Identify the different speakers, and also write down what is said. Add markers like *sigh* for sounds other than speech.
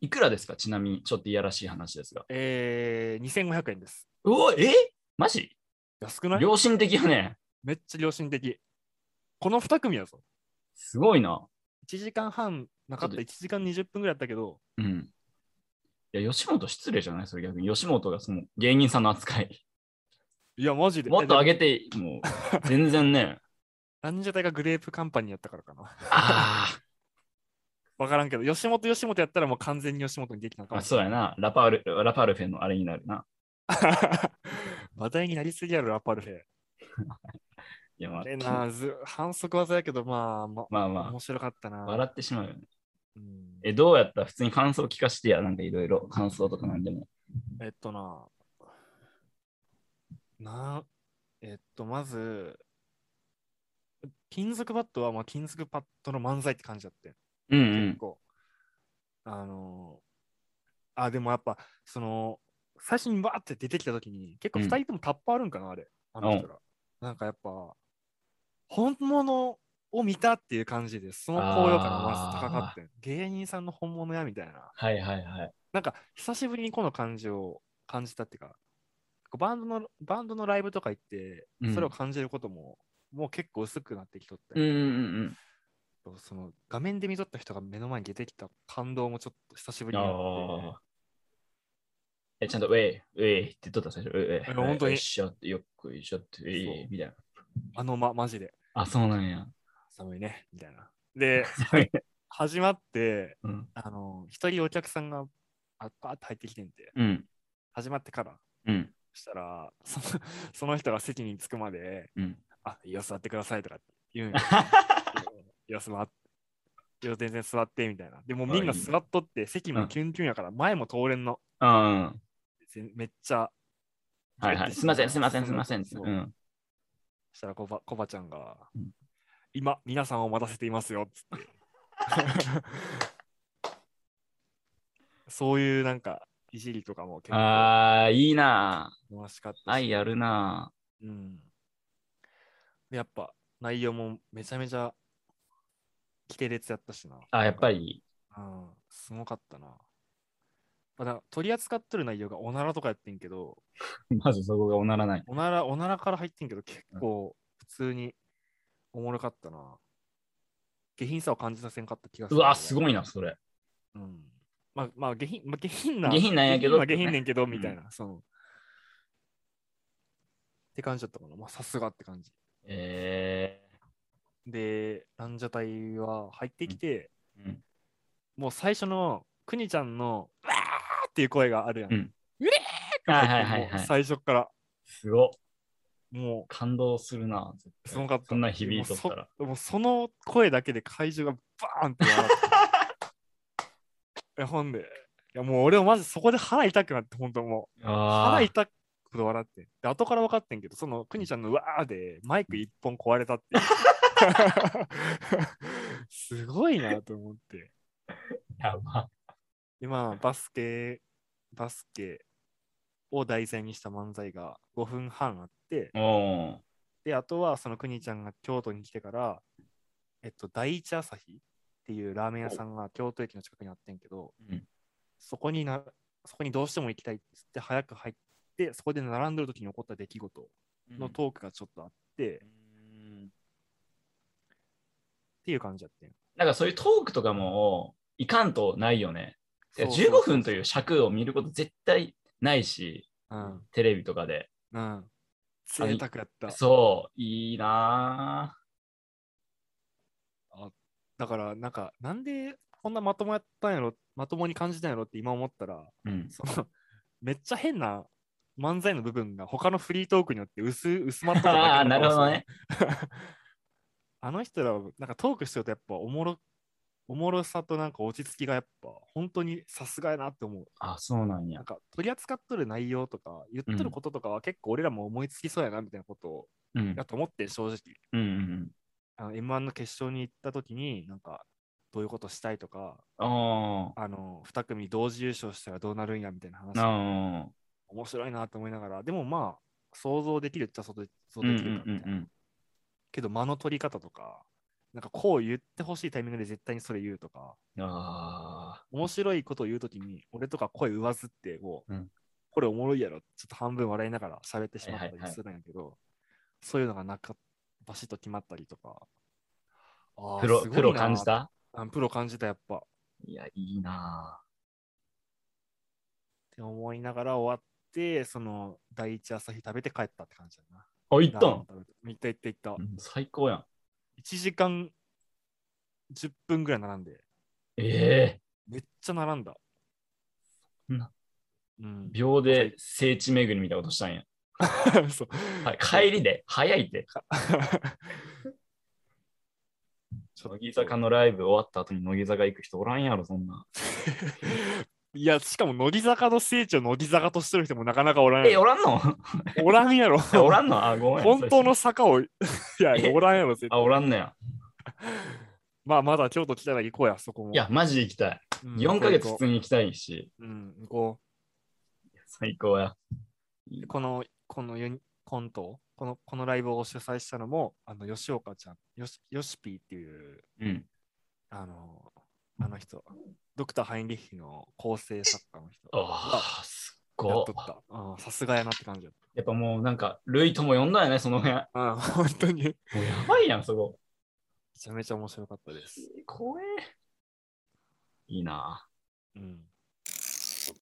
Speaker 1: いくらですかちなみに、ちょっといやらしい話ですが。
Speaker 2: えー、2500円です。
Speaker 1: うおえマジ
Speaker 2: 安くない
Speaker 1: 良心的やね。
Speaker 2: めっちゃ良心的。この2組やぞ。
Speaker 1: すごいな。
Speaker 2: 1時間半なかっ
Speaker 1: ち
Speaker 2: た、
Speaker 1: ょ
Speaker 2: 1時間20分ぐらいだったけど、
Speaker 1: うん。いや、吉本失礼じゃないそれ逆に。吉本がその芸人さんの扱い。
Speaker 2: いや、マジで。
Speaker 1: もっと上
Speaker 2: げ
Speaker 1: げて、もう、全然
Speaker 2: *laughs*
Speaker 1: ね。
Speaker 2: ランジャタイがグレープカンパニーやったからかな。
Speaker 1: あ
Speaker 2: わからんけど、吉本、吉本やったらもう完全に吉本にできたの
Speaker 1: ー
Speaker 2: か
Speaker 1: あ、
Speaker 2: もし
Speaker 1: そうやな。ラパール、ラパールフェのあれになるな。
Speaker 2: れない。 *laughs* 話題になりすぎやろ、ラパルフェ。
Speaker 1: いや、まあ
Speaker 2: あ、れな、ず反則技やけど、まあ、ま
Speaker 1: まあま
Speaker 2: 面白かった
Speaker 1: あ、
Speaker 2: な。
Speaker 1: 笑ってしまうよね。
Speaker 2: うん
Speaker 1: え、どうやった普通に感想聞かしてや、なんかいろいろ感想とかなんでも。
Speaker 2: えっとな、な、えっと、まず、金属バットは、まあ、金属パッドの漫才って感じだって、
Speaker 1: うんう
Speaker 2: 結
Speaker 1: ん。
Speaker 2: 構。あの、あ、でもやっぱ、その、最初にわーって出てきたときに、結構
Speaker 1: うん
Speaker 2: 2人ともタッパーあるんかな、あれ、あの人ら。なんかやっぱ、本物を見たっていう感じで、その高揚感がまず高かってん、芸人さんの本物やみたいな。
Speaker 1: はいはいはい。
Speaker 2: なんか久しぶりにこの感じを感じたっていうか、こうバンドのバンドのライブとか行って
Speaker 1: うん、
Speaker 2: それを感じることも、もう結構薄くなってきとっ
Speaker 1: う
Speaker 2: た
Speaker 1: ん
Speaker 2: り、
Speaker 1: うんうん
Speaker 2: その画面で見とった人が目の前に出てきた感動もちょっと久しぶ
Speaker 1: うん。
Speaker 2: りにあっ
Speaker 1: ああ。え、ちゃんと、ウェイ、ウェイって言っとった最初。ウェイ、ウェイ、
Speaker 2: 本当に
Speaker 1: よっしょって、よっこいしょって、ウェ
Speaker 2: そ
Speaker 1: イ
Speaker 2: う、
Speaker 1: みたいな。
Speaker 2: て、あのま、マジで
Speaker 1: あ、そうなんや。
Speaker 2: 寒いね、みたいな。
Speaker 1: *laughs*
Speaker 2: で、
Speaker 1: はい。
Speaker 2: 始まって、
Speaker 1: うん。
Speaker 2: あの、一人お客さんがあパーって入ってきてんて、
Speaker 1: うん。
Speaker 2: 始まってから、
Speaker 1: うん。
Speaker 2: そしたら、その *laughs* その人が席に着くまで、
Speaker 1: *laughs* うん。
Speaker 2: あ、いいよ、座ってくださいとかって言うんよいや、座っいや、全然座ってみたいな。でもみんな
Speaker 1: あいいね
Speaker 2: 座っとって、席もキュンキュンやから、前も通れんの。
Speaker 1: うん。
Speaker 2: ぜめっちゃ。
Speaker 1: はいはい。すいません、すいません、すいません。
Speaker 2: そう
Speaker 1: うん。
Speaker 2: そしたらコバ、コバちゃんが、
Speaker 1: うん
Speaker 2: 今、皆さんを待たせていますよ、つって。そういうなんか、いじりとかも結構
Speaker 1: ああ、いいな
Speaker 2: 楽しかっ
Speaker 1: ぁ。
Speaker 2: たし。
Speaker 1: 愛あるな
Speaker 2: うん。でやっぱ、内容もめちゃめちゃ、規定列やったしな。
Speaker 1: ぁ。あやっぱり。
Speaker 2: うん、すごかったな。まあ、だから取り扱ってる内容がおならとかやってんけど、
Speaker 1: まずそこがおならない。
Speaker 2: おなら、おならから入ってんけど、結構普通におもろかったな。下品さを感じさせんかった気がす
Speaker 1: う
Speaker 2: る。
Speaker 1: わ、す
Speaker 2: い。
Speaker 1: ごいな、それ。
Speaker 2: うん、まあ、まあ、下品、まあ、下品な。
Speaker 1: 下品なんやけど
Speaker 2: 下品は下品ねんけど、
Speaker 1: ね
Speaker 2: みたいな、その。って感じだったかな。まあ、さすがって感じ。
Speaker 1: え
Speaker 2: で、ランジャタイは入ってきて、
Speaker 1: ー。うん。
Speaker 2: もう最初の、くにちゃんの、わーっていう声があるやん。
Speaker 1: うんはいはいはいは
Speaker 2: も
Speaker 1: *laughs* い。
Speaker 2: う最初から、
Speaker 1: すごっ。
Speaker 2: も
Speaker 1: 感動するな絶
Speaker 2: う、
Speaker 1: 対
Speaker 2: すごかった。
Speaker 1: そんな響いとったら。
Speaker 2: もうそ。もうその声だけで会場がバーンって笑って。え、ほんで、いやもう俺もまずそこで腹痛くなって、本当もう。
Speaker 1: あ
Speaker 2: 腹
Speaker 1: ー
Speaker 2: 痛くほど笑って。で、後から分かってんけど、その、くにちゃんのうわーで、マイク一本壊れたっ
Speaker 1: *laughs*
Speaker 2: ていう。すごいなと思って。
Speaker 1: や *laughs* ば。
Speaker 2: で、まあ、バスケ、バスケを題材にした漫才が5分半あって、
Speaker 1: おー
Speaker 2: で、あとは、そのくにちゃんが京都に来てから、えっと、第一朝日っていうラーメン屋さんが京都駅の近くにあってんけど、
Speaker 1: うん
Speaker 2: そこにな、そこにどうしても行きたいっつって早く入って、そこで並んでる時に起こった出来事のトークがちょっとあって、っ
Speaker 1: うん
Speaker 2: ていう感じだったよ。
Speaker 1: なんかそういうトークとかもいかんとないよね。てか
Speaker 2: そうそうそう
Speaker 1: 15分という尺を見ること絶対ないし、
Speaker 2: うん。
Speaker 1: テレビとかで。
Speaker 2: うん。贅沢やった。
Speaker 1: そう、いいな
Speaker 2: だから、なんか、なんでこんなまともやったんやろ、まともに感じたんやろって今思ったら、
Speaker 1: ぁ。うん。
Speaker 2: そのめっちゃ変な漫才の部分が他のフリートークによって薄薄まっただけ
Speaker 1: ああー、な
Speaker 2: のか
Speaker 1: るほど
Speaker 2: もしれい
Speaker 1: ね。。
Speaker 2: あの人らはなんかトークしてるとやっぱおもろおもろさとなんか落ち着きがやっぱ本当にさすがやなって思う。
Speaker 1: あ、そうなんや
Speaker 2: なん。か取り扱っとる内容とか言っとることとかは結構俺らも思いつきそうやなみたいなことを
Speaker 1: うん。
Speaker 2: やと思って正直。
Speaker 1: うんうん
Speaker 2: あの M1 の決勝に行った時になんかどういうことしたいとか、
Speaker 1: うん。あ
Speaker 2: あの2組同時優勝したらどうなるんやみたいな話
Speaker 1: ーあ
Speaker 2: 面白いなと思いながら、でもまあ、想像できるっちゃ想像
Speaker 1: ー。
Speaker 2: 想像
Speaker 1: うんう
Speaker 2: で
Speaker 1: ん
Speaker 2: きるか
Speaker 1: う
Speaker 2: みたいな。
Speaker 1: ん
Speaker 2: けど、間の取り方とか、なんかこう言ってほしいタイミングで絶対にそれ言うとか、
Speaker 1: うん。ああ。
Speaker 2: 面白いことを言うときに、俺とか声上ずって、もう、
Speaker 1: うん
Speaker 2: これおもろいやろ、ちょっと半分笑いながら喋ってしまった
Speaker 1: はい
Speaker 2: り
Speaker 1: はいはい
Speaker 2: するんやけど、そういうのがなかバシッと決まったりとか。あー
Speaker 1: プロ、
Speaker 2: すごいな
Speaker 1: プロ感じた
Speaker 2: あプロ感じた、やっぱ。っ
Speaker 1: いや、いいな
Speaker 2: て思いながら終わって、その、第一朝日食べて帰ったって感じだ
Speaker 1: ぁ。
Speaker 2: な。
Speaker 1: あ、行った
Speaker 2: ラー
Speaker 1: ん
Speaker 2: メン食べて行った行った行った。
Speaker 1: うん最高やん。
Speaker 2: 1時間10分ぐらい並んで、
Speaker 1: ええ
Speaker 2: めっちゃ並んだ。
Speaker 1: そんな
Speaker 2: う
Speaker 1: *laughs*
Speaker 2: ん。
Speaker 1: 秒で聖地巡りみたいなことしたんや。
Speaker 2: そう。
Speaker 1: はい、帰りで、早いって。
Speaker 2: ちょ
Speaker 1: 乃
Speaker 2: っと
Speaker 1: 木坂のライブ終わった後に乃木坂行く人おらんやろ、そんな。
Speaker 2: *laughs* いや、しかも乃木坂の聖地を乃木坂としてる人もなかなかおらん
Speaker 1: え、
Speaker 2: や
Speaker 1: お
Speaker 2: ろ。
Speaker 1: らん *laughs* の
Speaker 2: おらんやろ。
Speaker 1: えおらんのあ、ごめん。
Speaker 2: 本当の坂を、いや、
Speaker 1: え
Speaker 2: おらんやろ、絶対
Speaker 1: あ、おらんのや。
Speaker 2: まあ、まだ京都来たら行こうや、そこも。
Speaker 1: いや、マジで行きたい。
Speaker 2: うん、
Speaker 1: 4ヶ月
Speaker 2: 行
Speaker 1: 普
Speaker 2: こ
Speaker 1: 通に行きたいし、
Speaker 2: ううん、行こ
Speaker 1: 最高や。
Speaker 2: う。この、このユニコント、この、このライブを主催したのも、あの、吉岡ちゃん、よし、よしぴーっていう、
Speaker 1: うん。
Speaker 2: あの、あの人、ドクター・ハインリッヒの構成作家の人。
Speaker 1: ああ、すっ
Speaker 2: やっ
Speaker 1: ご
Speaker 2: と
Speaker 1: い。
Speaker 2: った。うんさすがやなって感じだっ
Speaker 1: やっぱもうなんか、ルイとも呼んだよね、その辺。も
Speaker 2: た。うん、本当に。め
Speaker 1: うやばいやん、そこ。
Speaker 2: ちゃめちゃ面白かったです。
Speaker 1: 怖え。いいな
Speaker 2: うん。